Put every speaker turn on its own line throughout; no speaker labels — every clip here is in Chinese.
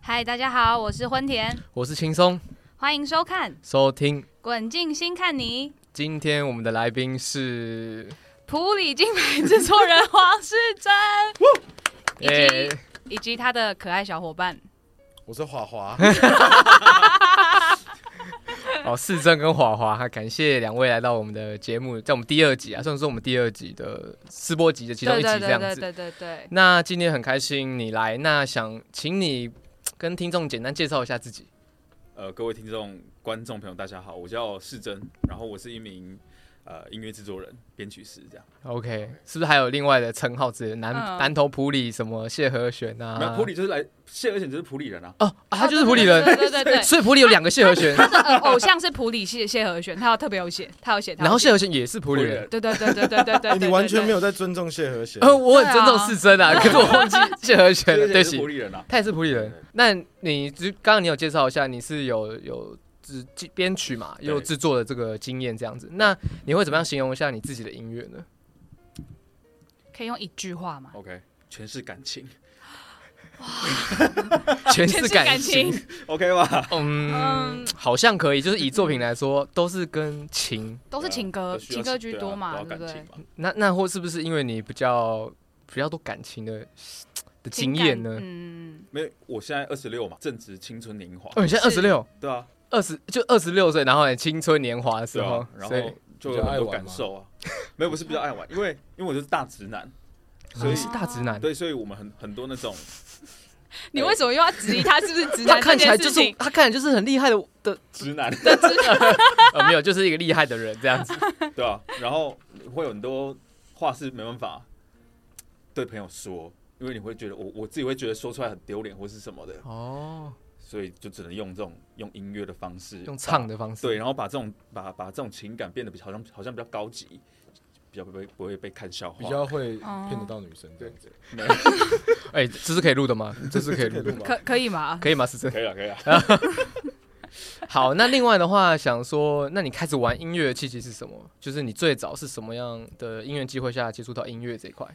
嗨，大家好，我是婚田，
我是轻松，
欢迎收看《
收听。
滚进新看你》。
今天我们的来宾是，
普里金牌制作人黄世 珍，以
诶
及以及他的可爱小伙伴。
我是华华，
哦，世珍跟华华，感谢两位来到我们的节目，在我们第二集啊，算是我们第二集的试播集的其中一集
对
这
对
样
对
子。
对对对。
那今天很开心你来，那想请你嘖跟听众简单介绍一下自己。
呃，各位听众、观众朋友，大家好，我叫世珍，然后我是一名呃音乐制作人、编曲师，这样。
OK，是不是还有另外的称号之类的？南、
嗯
南投普里什么谢和弦啊？
那、普里就是来谢尔显就是普里人啊，
哦、啊，他就是普里人，
对对对对对
所以普里有两个谢和弦，
他 的呃偶像是普里谢谢和弦，他有特别有写，他有写。他有
然后
写
谢和弦也是普里人。
对对对对对对 对，
哎你完全没
有。
有在尊重谢和弦。
呃， 我很尊重
对啊
世珍啊，可是我 忘记谢和弦
谢
了，
尔
对
显
不
是
起
普。里人啊。
他也是普里人
对。
那你只刚刚你有介绍一下，你是有有制编曲嘛，也有
对
制作的这个经验这样子。那你会怎么样形容一下你自己的音乐 呢？
可以用一句话吗？
OK，全是感情
全
全是
是感
感情
情，
，OK 吧？
嗯
嗯，
好像可以。就是以作品来说，都是跟情。
都是情歌，
都需要
情歌居多
对
嘛，对
啊
不
都要
对
感？情嘛
那那或是不是因为你比较比较多感情的的经验
情
呢
感？嗯，
没有，我现在二十六嘛，正值青春年华，
哦，你现在二
是
十六，
对啊，
二十就二十六岁，然后你青春年华的时
对
候
啊，，然
哦所以
后就
比
有
较
很
爱
多
玩
感
嘛
受啊。没有，不是比较爱玩，因为因为我就是大直 男，所以
你是大直男。
对，所以我们很很多那种哎
你为什么又要质疑他是不是直
他
男这
看起来
件
就
事
是
情？
他看起来就是很厉害的的，
直男，
呃，没有，就是一个厉害的人这样子。
对啊，然后会有很多话是没办法对朋友说，因为你会觉得我我自己会觉得说出来很丢脸或是什么的，
哦，
所以就只能用这种用音乐的方式，
用唱的方式。
对，然后把这种把把这种情感变得比较好像好像比较高级，比较不会不会被看笑话，
比较会骗得到女生这样子，
没有
哎、这是可以录的吗？这是可以录的，
吗
可可以吗？
可以吗？是真。
可以了啊可以了，
好，那另外的话，想说，那你开始玩音乐的契机是什么？就是你最早是什么样的音乐机会下接触到音乐这一块？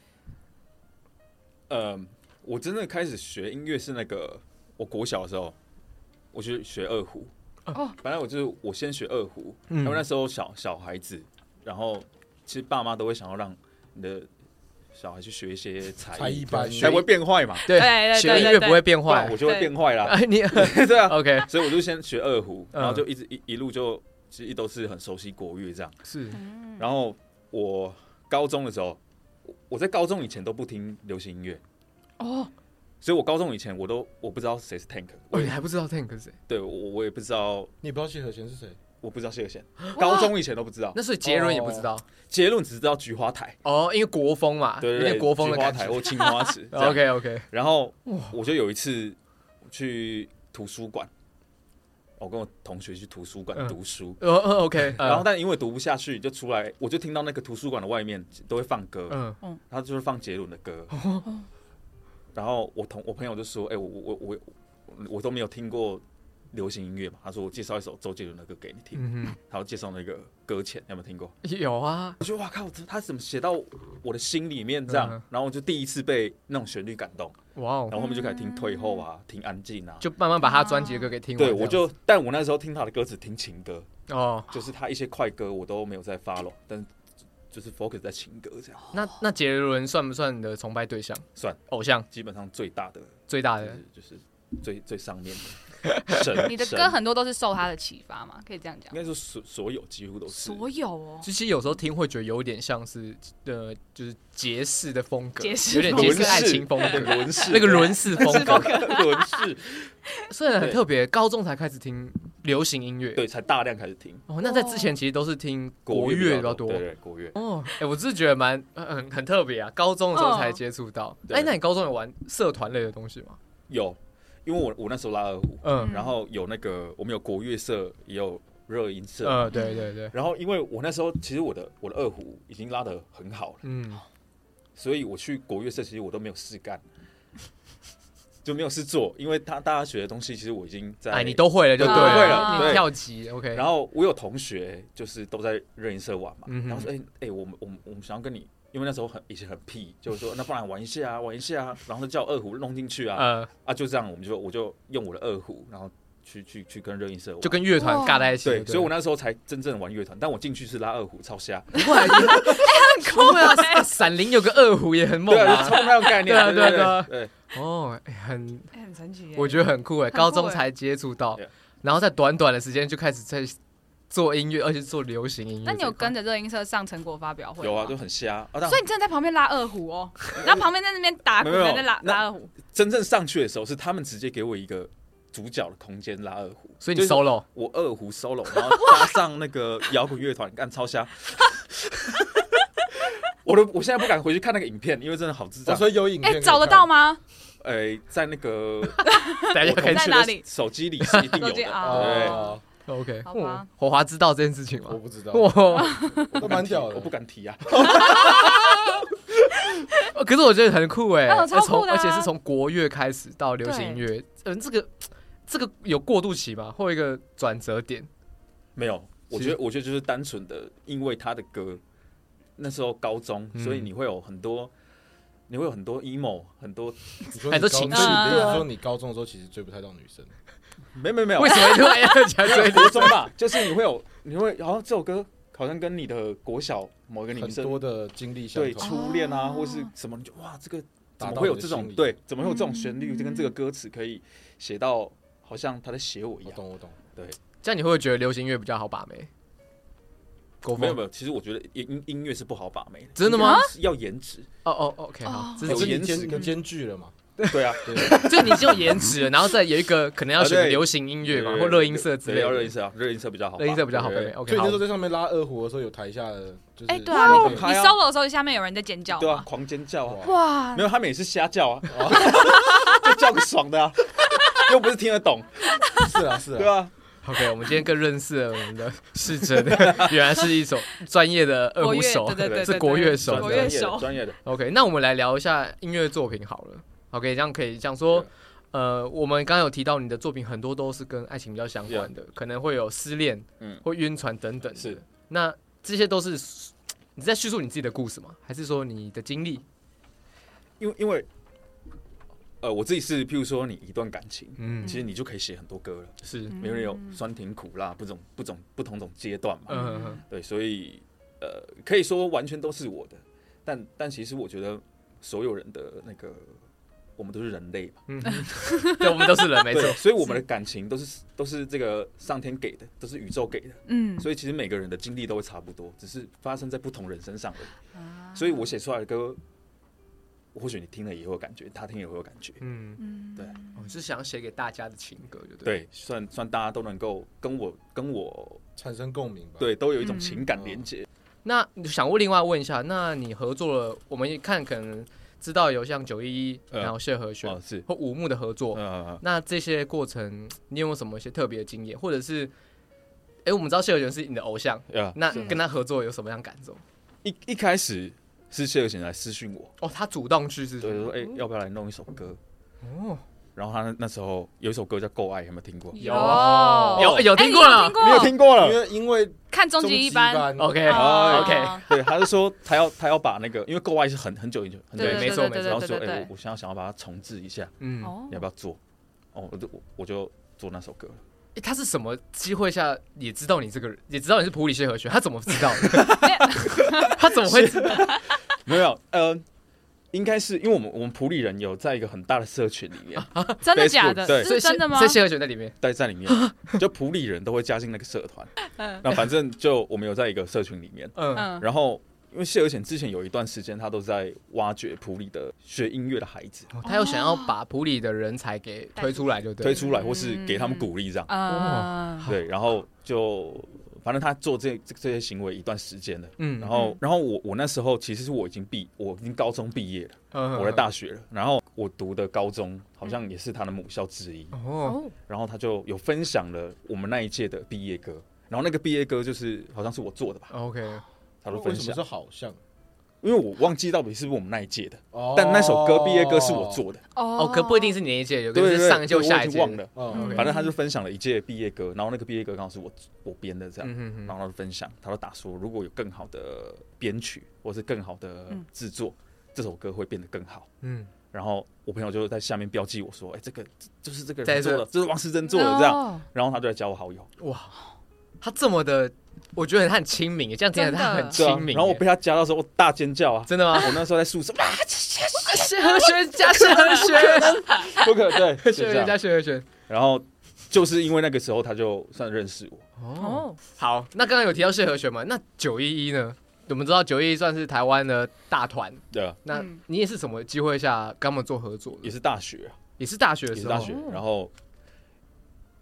嗯，我真的开始学音乐是那个我国小的时候，我去学二胡。
哦
哦，本来我就是我先学二胡，
嗯
因为那时候小小孩子，然后其实爸妈都会想要让你的小孩去学一些才
才艺班
才不会变坏嘛。
对
对对
学音
对
乐
对
不会变
不然
坏
我。就会变坏啦。
哎，你
对啊，
OK
所以我就先学二胡，
嗯
然后就一直一一路就其实都是很熟悉国乐这样。
是
然后我高中的时候，我我在高中以前都不听流行音乐，
哦，
所以我高中以前我都我不知道谁是 Tank，我
哦，
也
你还不知道 Tank 是谁？
对我我也不知道，
你不知道谢和弦是谁？
我不知道谢和弦，高中以前都不知道，
那所以杰伦也不知道
结论只知道菊花台，
哦，因为国风嘛，
对
有
对
点
对，
国风的
菊花
感
台
觉。。
或青花瓷
OK OK，
然后我就有一次去图书馆，我跟我同学去图书
嗯
馆读书，
呃呃 OK，呃
然后但因为读不下去，就出来，我就听到那个图书馆的外面都会放歌，
嗯，
他就是放杰伦的歌。然后我同我朋友就说：“哎、我我我我我都没有听过流行音乐嘛。”他说：“我介绍一首周杰伦的歌给你听。
嗯
他要介绍那个《搁浅》，有没有听过？
哼， 有啊，
我觉得哇靠，这他怎么写到我的心里面这样？
嗯
然后我就第一次被那种旋律感动，
哇
然
哦，
后后面就开始听《退后》啊，听《安静》啊。
就慢慢把他专辑的歌给听完这
对，
样子。
我就但我那时候听他的歌只听情歌，
哦，
就是他一些快歌我都没有在 follow，但就是 focus 在情歌这样，
那那杰伦算不算你的崇拜对象？
算
偶像
基本上最大的
最大
就
的
是就是最最上 面的神。
哎你的
神
歌很多都是受他的启发嘛，可以这样讲
应。该说所所有几乎都是
所有哦，
其实有时候听会觉得有点像是呃，就是爵士的风格，
爵士
有
哎
点
风
爵
格
士爱情风
那
格
个，轮式
那个轮式风格，
轮式，
虽然很
对
特别，高中才开始听流行音乐，
对，才大量开始听
哦，那在之前其实都是听国
国
乐比
比
较
较
多。
对对国乐。
哦，哎、我只是觉得蛮呃很很特别啊，高中的时候才接触到。哎、
哦对
那你高中有玩社团类的东西吗？
有，因为我我那时候拉二胡，
嗯
嗯
然后有那个我们有国乐社，也有热音社。
呃，对对对，
然后因为我那时候其实我的我的二胡已经拉得很好了，
嗯，
所以我去国乐社其实我都没有事干，就没有事做，因为他大家学的东西其实我已经在。
哎，你都会了就
我
对
都会
了，
了，
对
对。
跳级 OK，
然后我有同学就是都在热音社玩嘛，
嗯哼
然后说哎哎、我们我们我们想要跟你因为那时候很以前很屁， 就是说那不然玩一下啊，玩一下啊，然后就叫二胡弄进去啊，
呃，
啊就这样，我们就我就用我的二胡，然后去去去跟热音社玩，
就跟乐团尬在一起。
对，所以我
那
那时候才真正玩乐团，但我进去是拉二胡，超瞎，
啊 哎
酷啊！闪灵有个二胡也很猛
对啊，
啊
就。超那种概念，
对啊
对
对啊
对，
哦，哎很，
哎很神奇耶。
我觉得很酷哎，
很酷
高中才接触到
Yeah，
然后在短短的时间就开始在做音乐，而且是做流行音乐这一块。
那你有跟着热音社上成果发表会
对
吗？
有啊，就很瞎啊，但
所以你真的在旁边拉二胡哦，然后旁边在那边打鼓，
没有
在那拉
那
拉二胡，
真正上去的时候是他们直接给我一个主角的空间拉二胡，
所以
就
你
是
solo
我二胡 solo，然后搭上那个摇滚乐团，干超瞎。 我都我现在不敢回去看那个影片，因为真的好智
哦
障。
所以有影片可
哎，
以
找得
看
到吗？
哎、在那 个
大家
我
可以
同
在
学
哪
的
里
手机里是一定有
手机
的。
啊
对，
哦
OK。
好吧
嗯火华知道这件事情吗
我？不知道，
哇！
我不
蛮
敢提，
屌的
我不敢提啊。
哦 可是我觉得很酷哎，
哎呦超
从
酷的啊
而且是从国乐开始到流行音乐，嗯，这个这个有过渡期吗？或一个转折点？
没有，我觉得我觉得就是单纯的，因为他的歌那时候高中，
嗯
所以你会有很多，你会有很多 emo，很多
你说
哎
你
都
高
情
你
绪对啊
说你高中的时候其实追不太到女生，
没没没 有
为，什么突然要 讲这个？
国中吧，就是你会有，你会，然后这首歌好像跟你的国小某一个女
很
生
多的经历相
对
同，
初恋啊，
哦
或是什么，你就哇，这个怎
打
么
到
会有
你的
这种
心里
对？怎么会有这种旋律？
嗯
就跟这个歌词可以写到，好像他在写我一
我
样。
懂我懂，
这样你会不会觉得流行乐比较好把妹？国
没有
风
没有，其实我觉得音音音乐是不好把妹的，
真的吗？
要颜值，
哦哦哦，OK，好
啊哦，
这
可
是
有
是你
颜值
兼
跟
你兼具了嘛？
对 啊，
对，
就你就颜值了，然后再有一个可能要选
啊
个
对
流行音乐嘛，
对
或热音社之类的，
对要热音社啊，热音社比较好吧，
热音社比较好
对
对 OK，
所以那时候
好，
在上面拉二胡的时候，有台下的就是
哎，对啊，你
哇
你
嗨啊
solo 的时候，下面有人在尖叫
对啊
吗，？
狂尖叫啊，
哇
哇
没，有他们也是瞎叫啊， 就叫个爽的啊，又不是听得懂，
是啊是
对
啊，
啊，
OK，我们今天更认识了我们的世珍，原来是一首专业的二
国
胡
乐，
手
对。对对，
对
对
是国乐手
对国
专专
乐
业的
手，
专业的，
OK，那我们来聊一下音乐作品好了。OK，这样可以这样说
Yeah，
呃，我们刚刚有提到你的作品很多都是跟爱情比较相关的，可能会有失恋，
嗯
或晕船等等的。
是
那这些都是你在叙述你自己的故事吗？还是说你的经历？
因为因为。呃，我自己是，譬如说你一段感情，
嗯
其，实你就可以写很多歌了。
是，
嗯
每个人有酸甜苦辣不种不种不同种阶段嘛，
嗯嗯
对，所以呃，可以说完全都是我的，但但其实我觉得所有人的那个，我们都是人类嘛，
嗯，嗯 对，我们都是人，没错
对，。所以我们的感情都是都是这个上天给的，都是宇宙给的，
嗯，
所以其实每个人的经历都会差不多，只是发生在不同人身上而已。
啊
所以我写出来的歌，或许你听了也会有感觉，他听也会有感觉，
嗯，
嗯
对
我是想写给大家的情歌，对不对？
对，算算大家都能够跟我跟我
嗯
产生共鸣吧？
对都有一种
嗯
情感连接。
那想问另外问一下，那你合作了，我们一看可能知道有像九一一，
呃
然后谢和弦、
哦，是，
或五木的合作，
呃，
那这些过程你有没有什么一些特别的经验，或者是，哎、我们知道谢和弦是你的偶像，
呃，
那
是
跟他合作有什么样感受？
一一开始是谢友贤来私讯我，
哦，他主动去是
对，就说哎、
嗯
要不要来弄一首歌？
哦，
然后他那那时候有一首歌叫《够爱》，有没有听过？
有
哦
有有
哎
听过了
你
没有
有听过？
听过
因
了。
为因为
看终
终
极
极
一班
，OK
哦
哎 OK，
对，他就说他要他要把那个，因为《够爱》是很很久很久很久以
对
对
前，
没
对
错没
然
对
后
对
说
对
哎、
对
我我想想要把它重置一下，
嗯，
哦
你要不要做？哦，我就我我就做那首歌了。
诶他是什么机会下也知道你这个人，也知道你是普里谢和弦，他怎么知 道
没
的？他怎么会知道？
没有，呃，应该是因为我们我们普里人有在一个很大的社群里 面，
真的假
Facebook，
的？
对
所
是
以谢
真的吗
所？以谢和弦在里面。
待在里面，就普里人都会加进那个社团。
嗯
那反正就我们有在一个社群里面。
嗯，
嗯，
然后，因为谢尔显之前有一段时间，他都在挖掘普里的学音乐的孩子，
哦他又想要把普里的人才给推出来，就对
推
了。
出来或是给他们鼓励这样。
啊，
嗯
好
对，然后就反正他做这这这些行为一段时间了。
嗯，
然后，然后我我那时候其实是我已经毕，我已经高中毕业了，
嗯
我在大学了。然后我读的高中好像也是他的母校之一。
哦，
哦，
然后他就有分享了我们那一届的毕业歌，然后那个毕业歌就是好像是我做的吧，
OK，
他都
为
分
什
享
么是。好像？
为因为我忘记到底是不是我们那一届的，
哦
但那首歌毕业歌是我，做的，
哦，
哦
可不一定是你一届，有
对
个
对
是
对，
上一届或
对
下
我
一
已
届
经。忘了。
嗯，
反正他就分享了一届毕业歌，然后那个毕业歌刚好是我我编的这样，
嗯嗯
然后他就分享，他就打说如果有更好的编曲或是更好的
嗯
制作，这首歌会变得更好。
嗯
然后我朋友就在下面标记我说，哎、这个就是这个
在
人做
这
的，这是王思珍做的这样。
哦
然后他就来加我好友，
嗯，哇，他这么的，我觉得他很亲民耶，这样听起来他很
对啊
亲民耶。
然后我被他加到时候我大尖 叫啊！
真 的吗？
我那时候在宿舍，哇，
是和弦加是和弦，
不可对， 就
学
这
人
样。
加学和 弦。
然后就是因为那个时候他就算认识我，
哦，
哦，
好，那刚刚有提到是和弦嘛？那九一一呢？我们知道九一一算是台湾的大团，
对啊，
那
嗯
你也是什么机会下跟他们做合作
也
的？
是大学啊，
也是大学的
也
时
是
候，
大学。然后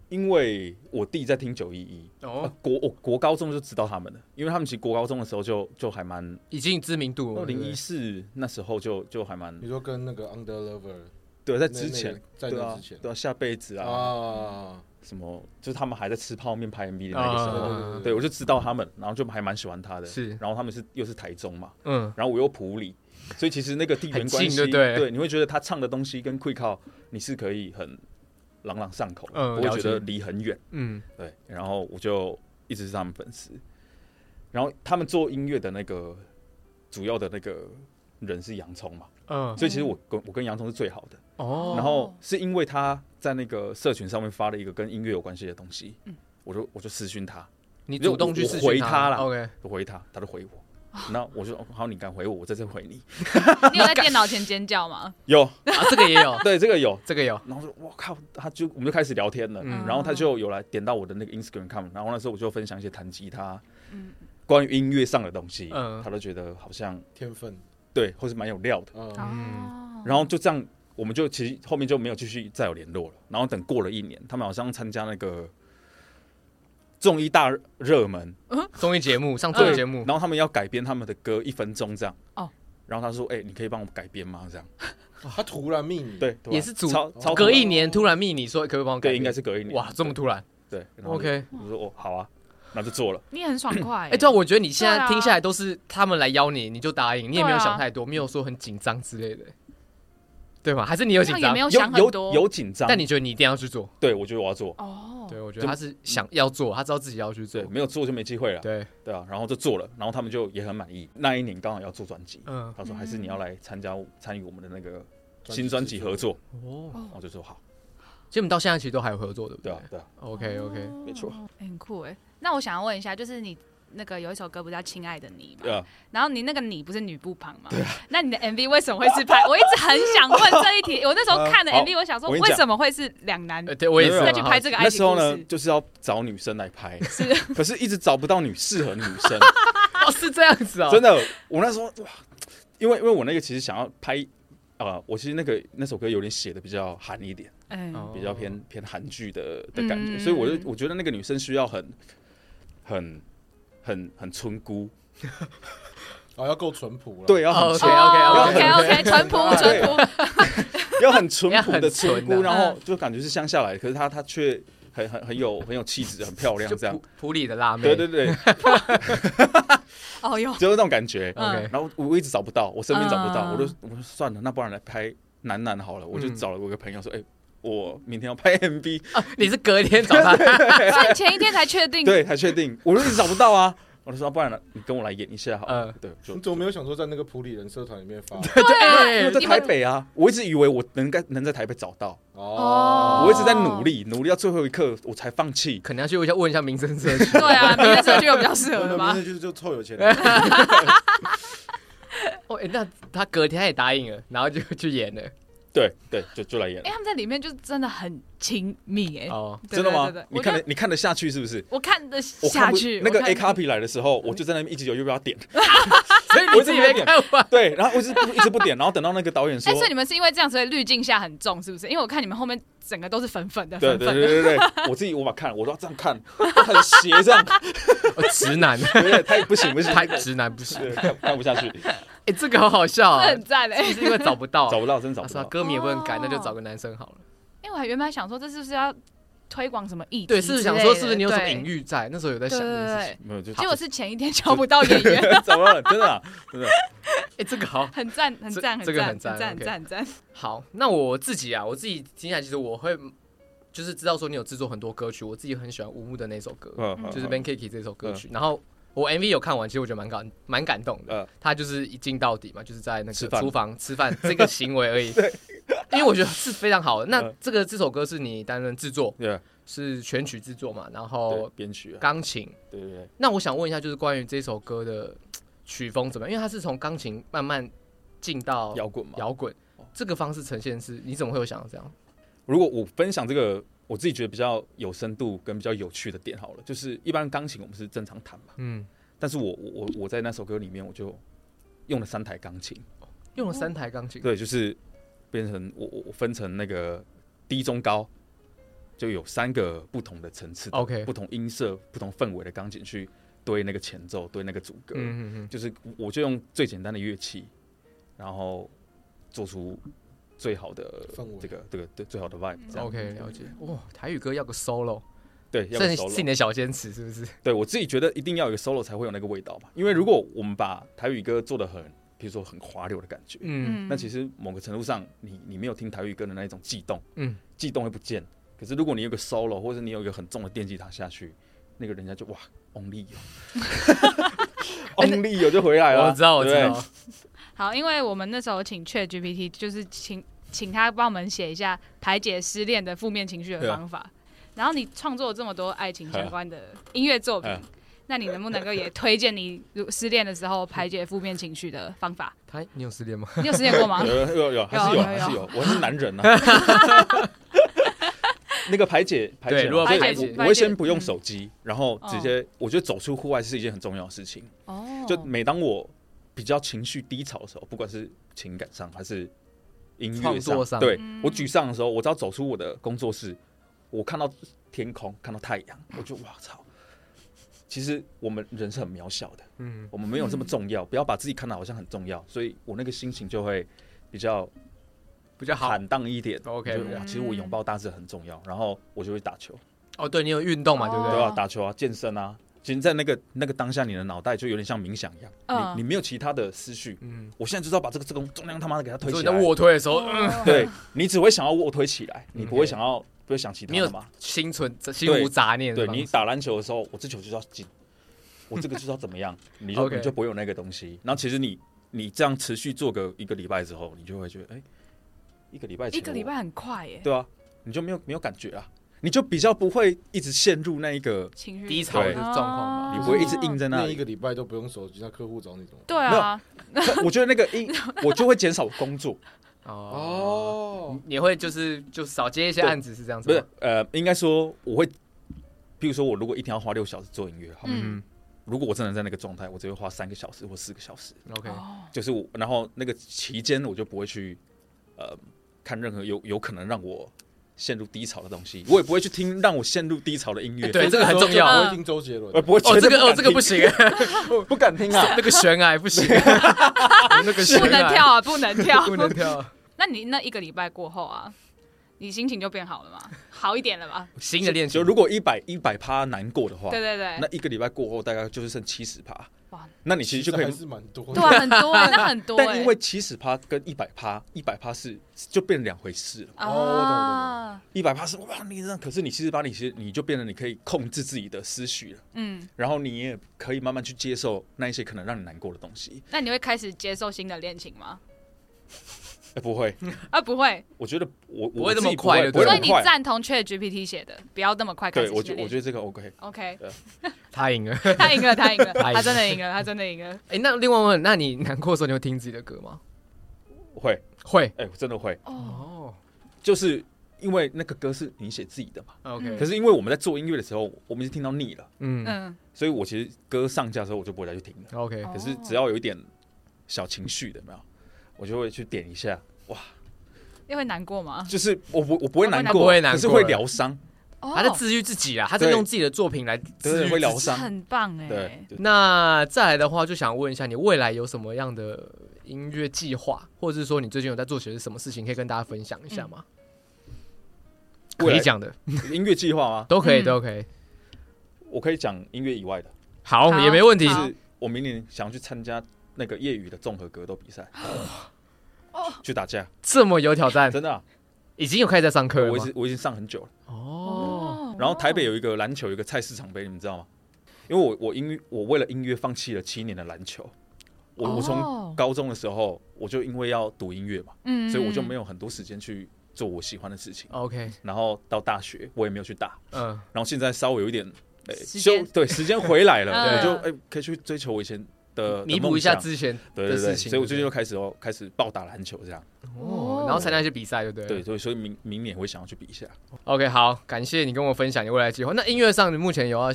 因为我弟在听九一一，啊
哦，
国我国高中就知道他们了，因为他们其实国高中的时候就就还蛮，
已经有知名度了。
二哦零
哦对
一四那时候就就还蛮
你，说跟那个 Under Lover
对，在
在
之前，
在
对
那
啊
之前，
对啊，下辈子啊，
啊，
什么，就是他们还在吃泡面拍 MV 的那个时
啊
候，对我就知道他们，然后就还蛮喜欢他的，
是
然后他们是又是台中嘛，
不对嗯，
然后我又普里，所以其实那个地缘关
很近
系，
对不对
你会觉得他唱的东西跟 Quick Call 你是可以很朗朗上口的，
嗯
不会
了
觉
解
得离很远。
嗯，
对，然后我就一直是他们粉丝，然后他们做音乐的那个主要的那个人是洋葱嘛，
嗯，
所以其实我跟我跟洋葱是最好的。
哦，
然后是因为他在那个社群上面发了一个跟音乐有关系的东西，我就我就私讯他，
你主动去
我
试
回
讯
他啦
OK，
我回他，他就回我。那我就哦好，你敢回我，我这次回你。
你有在电脑前尖叫吗？
有，
啊，这个也有，
对，这个有，
这个有，
然后说我靠，他就我们就开始聊天了，
嗯
然后他就有来点到我的那个 Instagram account，然后那时候我就分享一些弹吉他，
嗯
关于音乐上的东西，
嗯
他都觉得好像
天分，
对，或是蛮有料的，
嗯，
哦，
然后就这样，我们就其实后面就没有继续再有联络了，然后等过了一年，他们好像参加那个综艺大热门，
综艺节目上综艺节目，
然后他们要改编他们的歌一分钟这样，
哦，
然后他说，哎、你可以帮我改编吗？这样，
他突然命你，
对，，啊突然
也是主
超超
隔
一
一年突然密你说可不可以帮我改
对，
编？
应该是隔一年，
哇，这么突然
对然后我就
，OK。
我说哦，好啊，那就做了。
你也很爽快欸，
哎，对啊，我觉得你现
对
在
啊
听下来都是他们来邀你，你就答应，你也没有
对啊
想太多，没有说很紧张之类的，对吗？还是你有紧
那
张
也没？有
有
想很
有
多，
有紧张，
但你觉得你一定要去做？
对我觉得我要做，
哦，
对，我觉得他是想要做，他知道自己要去做
对，。没有做就没机会了，
对，
对啊，然后就做了，然后他们就也很满意。那一年刚好要做专辑，
嗯，
他说还是你要来参加参与我们的那个
专辑
新专辑
制作
合作，
哦，
哦
我就说好，
其实我们到现在其实都还有合作，对不
对啊，对啊，
？OK OK，
哦
没错
欸很酷哎。那我想要问一下，就是你那个有一首歌不叫《亲爱的你》
对
吗？
啊，
然后你那个你不是女布旁吗？那你的 MV 为什么会是拍？我一直很想问这一题。我那时候看的
好
MV，我想说
我跟你
为
讲
什么会是两男
呃，对我也是
没
再
有
去
蛮好
拍
奇
这个爱
那时
情
候
故
呢
事？
就是要找女生来拍， 可是一直找不到女适合女 生，
哦，是这样子哦，
真的，我那时候哇，因为因为我那个其实想要拍。啊、我其实那个那首歌有点写的比较韩一点，
嗯
哦
比较偏偏韩剧的的感觉，
嗯
所以我就我觉得那个女生需要很很很很村姑，
哦，要够淳朴了，
对，，要很
对
淳
o
要
k
很
OK，淳朴淳朴，
要很淳朴的村
要
姑，
很
然
啊
后就感觉是乡下来，可是她她却很很很有很有气质，很漂亮
就
这样
普。普里的辣妹，
对对 对，
哦哟，
就是那种感觉。
嗯
OK，
然后我一直找不到，我身边找不到，
嗯
我就我就算了，那不然来拍男男好了，我就
嗯
找了我一个朋友说，哎，我明天要拍 MV，
嗯
啊你是隔天找他，
所以你前一天才确定，
对，还确定，我就一直找不到啊。 我就说，不然呢你跟我来演一下好了
嗯。
对，就
你怎么没有想说在那个普里人社团里面发？
对
因
啊，
为在
你
台
们
北啊，我一直以为我能该能在台北找到，
哦
我一直在努力，努力到最后一刻我才放弃。
可能要去问一下问一下民生社区。
对啊，你那时候就有比较适
我
合的
们
吧
名字？就是就臭有钱人，
哦，哎，那他隔天他也答应了，然后就去演了。
对对，就就来演
哎因为。他们在里面就真的很亲密哎，
哦，
对
真的
对
吗
对对？
你
我
看
就
得你看得下去是不是？
我看得
我看
下
不
去，
那个
我看
A copy 来的 时候，我就在那边一直犹豫要不要点。
所以你自己没看完。
对，然后我一直不一直不点，然后等到那个导演
哎、
说，
所以你们是因为这样，所以滤镜下很重，是不是？因为我看你们后面整个都是粉粉的，粉
对对
粉的。
对对对，我自己无法看，我都要这样看，很斜这样，
哦直男，
对对，太不行不行，
拍直男不行。
对看看不下去，
哎，这个好好笑
这
啊！
很赞哎嘞、
是不是因为找不到啊，
找不到，真找
他
不
说
到。
歌名也不能改，
哦
那就找个男生好了。
因为我还原本还想说，这是不是要推广什么意？
对，是不是想说是不是你有什么隐
喻？
喻在？那时候有在
对
想
对
这件事
对
情。
没有就
对，结果是前一天找不到演员，
找不到，真的啊真的。
哎，这个好
很赞，很赞，很
这个
赞，
很
很赞，
赞
很
OK
赞，很赞。
好。那我自己啊，我自己听起来其实我会就是知道说你有制作很多歌曲，我自己很喜欢吴木的那首歌，
嗯
就是 Ben Kiki 这首歌曲。然后我 MV 有看完，其实我觉得蛮感蛮感动的。
呃，
他就是一镜到底嘛，就是在那
吃
个
饭
厨房吃饭这个行为而 已。因为我觉得是非常好的。那
嗯
这个这首歌是你担任制作，
对，
是全曲制作嘛，然
哦
后，
编曲啊，
钢琴。
对对对，
那我想问一下，就是关于这首歌的嘖曲风怎么样？因为它是从钢琴慢慢进到
摇滚嘛。
摇滚
哦
这个方式呈现是，你怎么会有想到这样？
如果我分享这个，我自己觉得比较有深度跟比较有趣的点好了，就是一般钢琴我们是正常弹嘛，
嗯，
但是我我我我在那首歌里面我就用了三台钢琴，
用了三台钢琴，
对，就是变成我我我分成那个低中高，就有三个不同的层
哦
次的
OK
不同音色、不同氛围的钢琴去对那个前奏、对那个主歌，
嗯嗯嗯，
就是我就用最简单的乐器，然后做出最好的
氛围
这个这个对最好的 vibe 这样。
OK，了解。哇，台语歌要个 solo，
对，要
这是
个
是
solo。
你的小坚持是不是？
对我自己觉得一定要有个 solo 才会有那个味道吧，因为如果我们把台语歌做的很，比如说很滑溜的感觉，
嗯
那其实某个程度上，你你没有听台语歌的那一种悸动，
嗯，
悸动会不见。可是如果你有个 solo，或者你有一个很重的电吉他下去，那个人家就哇，only 有，only 有就回来了。
哎我知道，我知
对不
道
对。。
好，因为我们那时候请 Chat GPT，就是请请他帮我们写一下排解失恋的负面情绪的方法。然后你创作了这么多爱情相关的音乐作品
嗯，
那你能不能够也推荐你如失恋的时候排解负面情绪的方法？
他，你有失恋吗？
你有失恋过吗？
有有 有有，还是有
啊有
还是
有
有，我是男人啊。 那个排解排解
对
嘛，
如果
所以
排
我
解
我
排
会
解
先不用
嗯
手机，然后直接，我觉得走出户外是一件很重要的事情。
哦，
就每当我比较情绪低潮的时候，不管是情感上还是音乐
创作上
对
嗯
我沮丧的时候，我只要走出我的工作室，我看到天空，看到太阳，
嗯
我就哇操！其实我们人是很渺小的，
嗯，
我们没有这么重要，不要把自己看得好像很重要，所以我那个心情就会比较
比较好。
坦荡一点。
OK
就哇，其实我拥抱大自然很重要，然后我就会打球，
哦，对你有运动嘛，对不
哦
对？
对啊，打球啊，健身啊。其实，在那个那个当下，你的脑袋就有点像冥想一样，
嗯
你你没有其他的思绪，
嗯，
我现在就知道把这个这个重量他妈的给它推
所以
起
你
来
在。卧推的时候，嗯
哦
对你只会想要卧推起来，你不会
OK
想要不会想其他
嗯没有
的嘛？
心存心无杂念的
对
方式，
你打篮球的时候，我这球就是要进，我这个就是要怎 么样，你就
OK
你就不会有那个东西。然后其实你你这样持续做个一个礼拜之后，你就会觉得，哎，一个礼拜前
一个礼拜很快耶
我，，对啊，你就没有没有感觉啊，你就比较不会一直陷入那一个，
情绪
低潮的状况吧。
你
哦
不会一直硬在那
那一
里。
个礼拜都不用手机，那客户找你怎么办？
对啊，
我觉得那个 硬，我就会减少工作，
哦，
哦，
你会就是就少接一些案子是这样子
不
吗，
是呃，应该说我会，比如说我如果一天要花六小时做音乐，好了。
嗯
如果我真的在那个状态，我只会花三个小时或四个小时，
，OK，
哦，
就是我，然后那个期间我就不会去呃看任何有有可能让我陷入低潮的东西，我也不会去听让我陷入低潮的音乐。
对这个很重要啊
我会听周杰伦
呃我，不会。
哦，这个
绝对
哦这个不行，
敢听，不敢听啊！
那个悬崖不行， 那个悬
不能
崖，
跳，啊，不能跳
不能跳，
那你那一个礼拜过后啊，你心情就变好了吗？好一点了吧？
新的练习
就如果一百一百趴难过的话，
对对对
那，一个礼拜过后大概就是剩七十趴
哇。
那你其实就可以
还，是蛮多 的。
对啊，很多欸，那很多欸。
但因为七十趴跟一百趴，一百趴是就变两回事了。
啊，
哦我懂我懂
一百趴是哇，你这样，可是你七十趴，你其实你就变得你可以控制自己的思绪了。
嗯，
然后你也可以慢慢去接受那一些可能让你难过的东西。
那你会开始接受新的恋情吗？
哎、不会，
啊，不会，
我觉得我
不会
我
这
自
么
己不
快
会
就
不会
对
所
了
以
那
你
么快。
赞同 Chat GPT 写的，不要那么快开始
对，我
新
觉
的恋
我觉
情。
得这个 OK。
OK，
对
他赢了。
他赢了，他 赢了，
他赢了
他真的赢了，他真的赢了。
哎，那另外问，那你难过的时候你会听自己的歌吗？
会，
会
哎、我真的会，
哦，
哦
就是因为那个歌是你写自己的嘛。
，OK，
可是因为我们在做音乐的时候，我们已经听到腻了，
嗯
嗯，
所以我其实歌上架的时候我就不会再去听了。
，OK，
哦
可是只要有一点小情绪的，有没有，我就会去点一下。
又会难过吗？
就是我不我不会难
不
过，
会难过
可是会疗伤，
哦，
他在治愈自己啊啦，他在用自己的作品来治
对，
愈
会
自己
疗伤。
很棒
对
哎，，
对
那再来的话，就想问一下，你未来有什么样的音乐计划，或者是说你最近有在做些什么事情，可以跟大家分享一下吗？
未
可
来
以讲的
音乐计划吗？
都可以，
嗯
都可以。
我可以讲音乐以外的，
好，
好
也没问题。
好
我明年想要去参加那个业余的综合格斗比赛，
啊
去打架，
这么有挑战，
真的啊、
已经有开始在上课了
我
哦
已
吗
经？我已经上很久了。
哦，
然后台北有一个篮球有一个菜市场杯，你们知道吗？因为我我音乐我为了音乐放弃了七年的篮球，我、我
哦
从高中的时候我就因为要读音乐嘛，
嗯
所以我就没
有
有很多时间去做我喜欢的事情。
，OK，
然后到大学我也没有去打，
嗯，
然后现在稍微有一点，哎、
时
休
间
对时间回来
嗯
了，我就哎、可以去追求我以前的
弥补一下
己
之前
对
的
对
事
对，
情
所以我
对
最
不
近
对
就开始哦开始暴打篮球这样，
哦，然后参加一些比赛，对不对？啊
对对，所以明明年我也想要去比一下。
OK，好，感谢你跟我分享你未来计划。那音乐上，你目前有要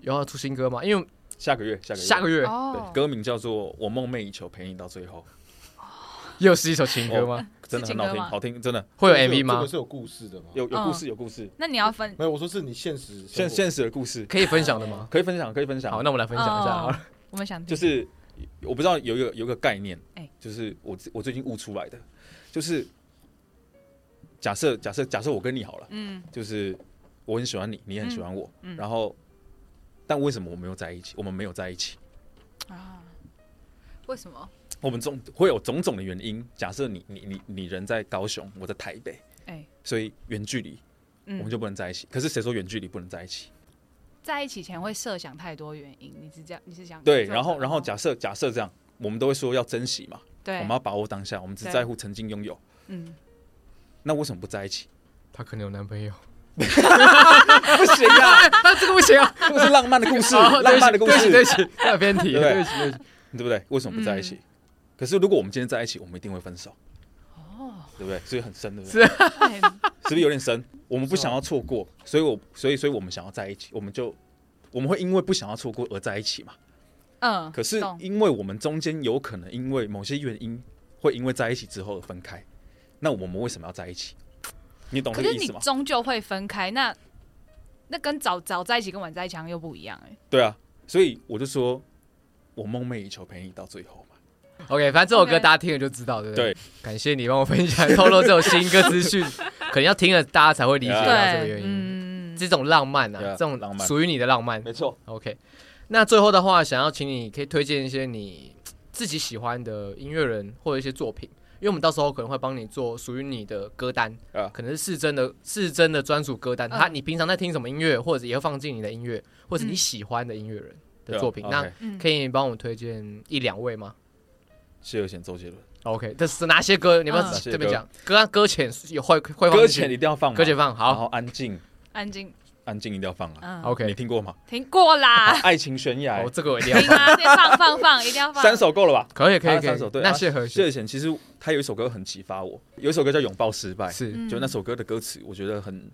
有要出新歌吗？因为
下个月，下个月，
下个月
哦
对，，歌名叫做《我梦寐以求陪你到最后
又是一首情歌吗？》，
真的
是情歌
很好听，
吗
好听，真的
会有
这个是
MV
这
吗
个？是有故事的吗？
有有
嗯
故事，有故事，
那你要分
没有，我说是你现实生活
现现实的故事
可以分享的吗？
可以分享，可以分享。
哦好，那我们来分享一下好了。
哦我们想听
就是我不知道有一个有一个概念，
哎
就是我我最近悟出来的，就是假设假设假设我跟你好了，
嗯
就是我很喜欢你，你也很喜欢我，
嗯嗯
然后但为什么我没有在一起？我们没有在一起，
啊，为什么？
我们总会有种种的原因。假设你你你你人在高雄，我在台北，
哎，
所以远距离我们
嗯，
就不能在一起。可是谁说远距离不能在一起？
在一起前会设想太多原因，你是这样，你是想
对，
这样
然后
子
然后假设假设这样，我们都会说要珍惜嘛，
对，
我们要把握当下，我们只
对
在乎曾经拥有。
嗯，
那为什么不在一起？
她可能有男朋 友，
不行啊，
那这个不行啊！
这个是浪漫的故事，
好
浪漫的故事，
哦对
对
不起，对嗯不起，那偏题，
对不对
对不起，对不起。
不对？为什么不在一起？可是如果我们今天在一起，我们一定会分手，
哦，
对不对？所以很深，对不
是啊
对？
哎
是不是有点深？我们不想要错过，所以
啊
我所以所以我们想要在一起，我们就我们会因为不想要错过而在一起嘛？
嗯，
可是
懂
因为我们中间有可能因为某些原因，会因为在一起之后而分开，那我们为什么要在一起？你懂
可
这个
是
意
你
思吗？
终究会分开，那那跟早早在一起跟晚在一起好像又不一样哎、
对啊，所以我就说，我梦寐以求陪你到最后嘛。
OK，反正这首歌
OK
大家听了就知道，对不对？
对，
感谢你帮我分享透露这首新歌资 讯，可能要听了大家才会理解到这个
对
原，因。
嗯，
这种浪漫啊，
对啊
这种
浪漫
属于你的浪漫，
没错，
OK，那最后的话，想要请你可以推荐一些你自己喜欢的音乐人或者一些作品，因为我们到时候可能会帮你做属于你的歌单，
啊
可能是是真的是真的专属歌单。
嗯
他、你平常在听什么音乐，或者也会放进你的音乐，或者你喜欢的音乐人的作品。
对
那
啊 OK
嗯
可以帮我们推荐一两位吗
谢有贤、周杰伦，
？OK，这是哪些歌？你们
嗯
这边讲歌啊歌浅有会会放
搁
进
浅
去
一定要放嘛，
搁浅放
然
好
后安静，
安静，
安静一定要放啊。
嗯，
你
，OK，
听过吗？
停过 啦，
爱情悬崖
哦，，这个我一定要
停
放，
啊，放放放，一定要放
三，首够了吧？
可以可以
啊
可
三
以
首，对
那
啊
谢和
谢
弦
有贤其实他有一首歌很启发我，有一首歌叫《拥抱失败》，
是
嗯
就那首歌的歌词，我觉得很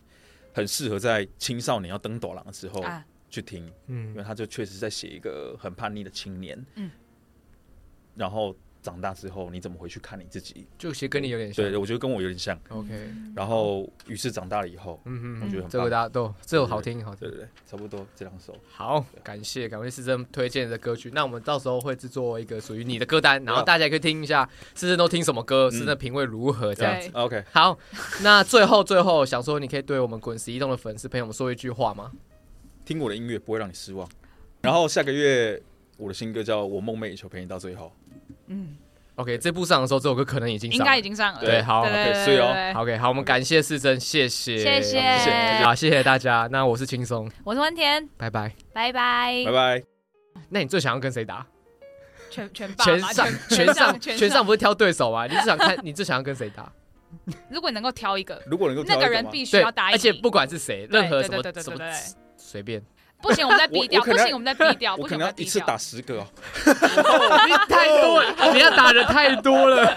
很适合在青少年要登斗廊的时候
啊，
去听，因
嗯
为他就确实在写一个很叛逆的青年。
嗯
然后长大之后，你怎么回去看你自己？
就其实跟你有点像
对，我觉得跟我有点像。
，OK。
然后，于是长大了以后，
嗯
我觉得很
这个
棒。
大家都这首好听，好
对
听。
对对，差不多这两首。
好，感谢感谢思珍推荐的歌曲。那我们到时候会制作一个属于你的歌单，
啊
然后大家也可以听一下思珍都听什么歌，思珍
嗯
的品味如何这样子。
对，
OK，
好，那最后最后想说，你可以对我们滚石移动的粉丝朋友们说一句话吗？
听我的音乐不会让你失望。然后下个月我的新歌叫《我梦寐以求陪你到最后》。
嗯，
OK，这部上的时候，这首歌可能已经上
应
了，
该已经上了，
对好
对对
，OK，
对
所以哦
对对
好 OK，好，我们感谢思珍，谢谢，
谢谢
谢谢
好，谢谢大家。那我是轻松，
我是温田，
拜拜。
拜拜
拜，拜。
那你最想要跟谁打？
全全霸
全
吧
上，
全
上，全
全
上。不是挑对手啊？你最想看，你最想要跟谁打？
如果你能够挑一个，
如果能够
那
挑
个
一
人
吗
必须
对，
要答应你，
而且不管是谁，
对
任何什
对
么
对对对
什么
对对
随便，
不行，我们再逼
我
掉，
我可
不
能
行，我们再逼掉，
我
不
可
行，
能
我
要
们再
一
逼
次
掉
打。十个哦。
你太多了，你要打的太多了。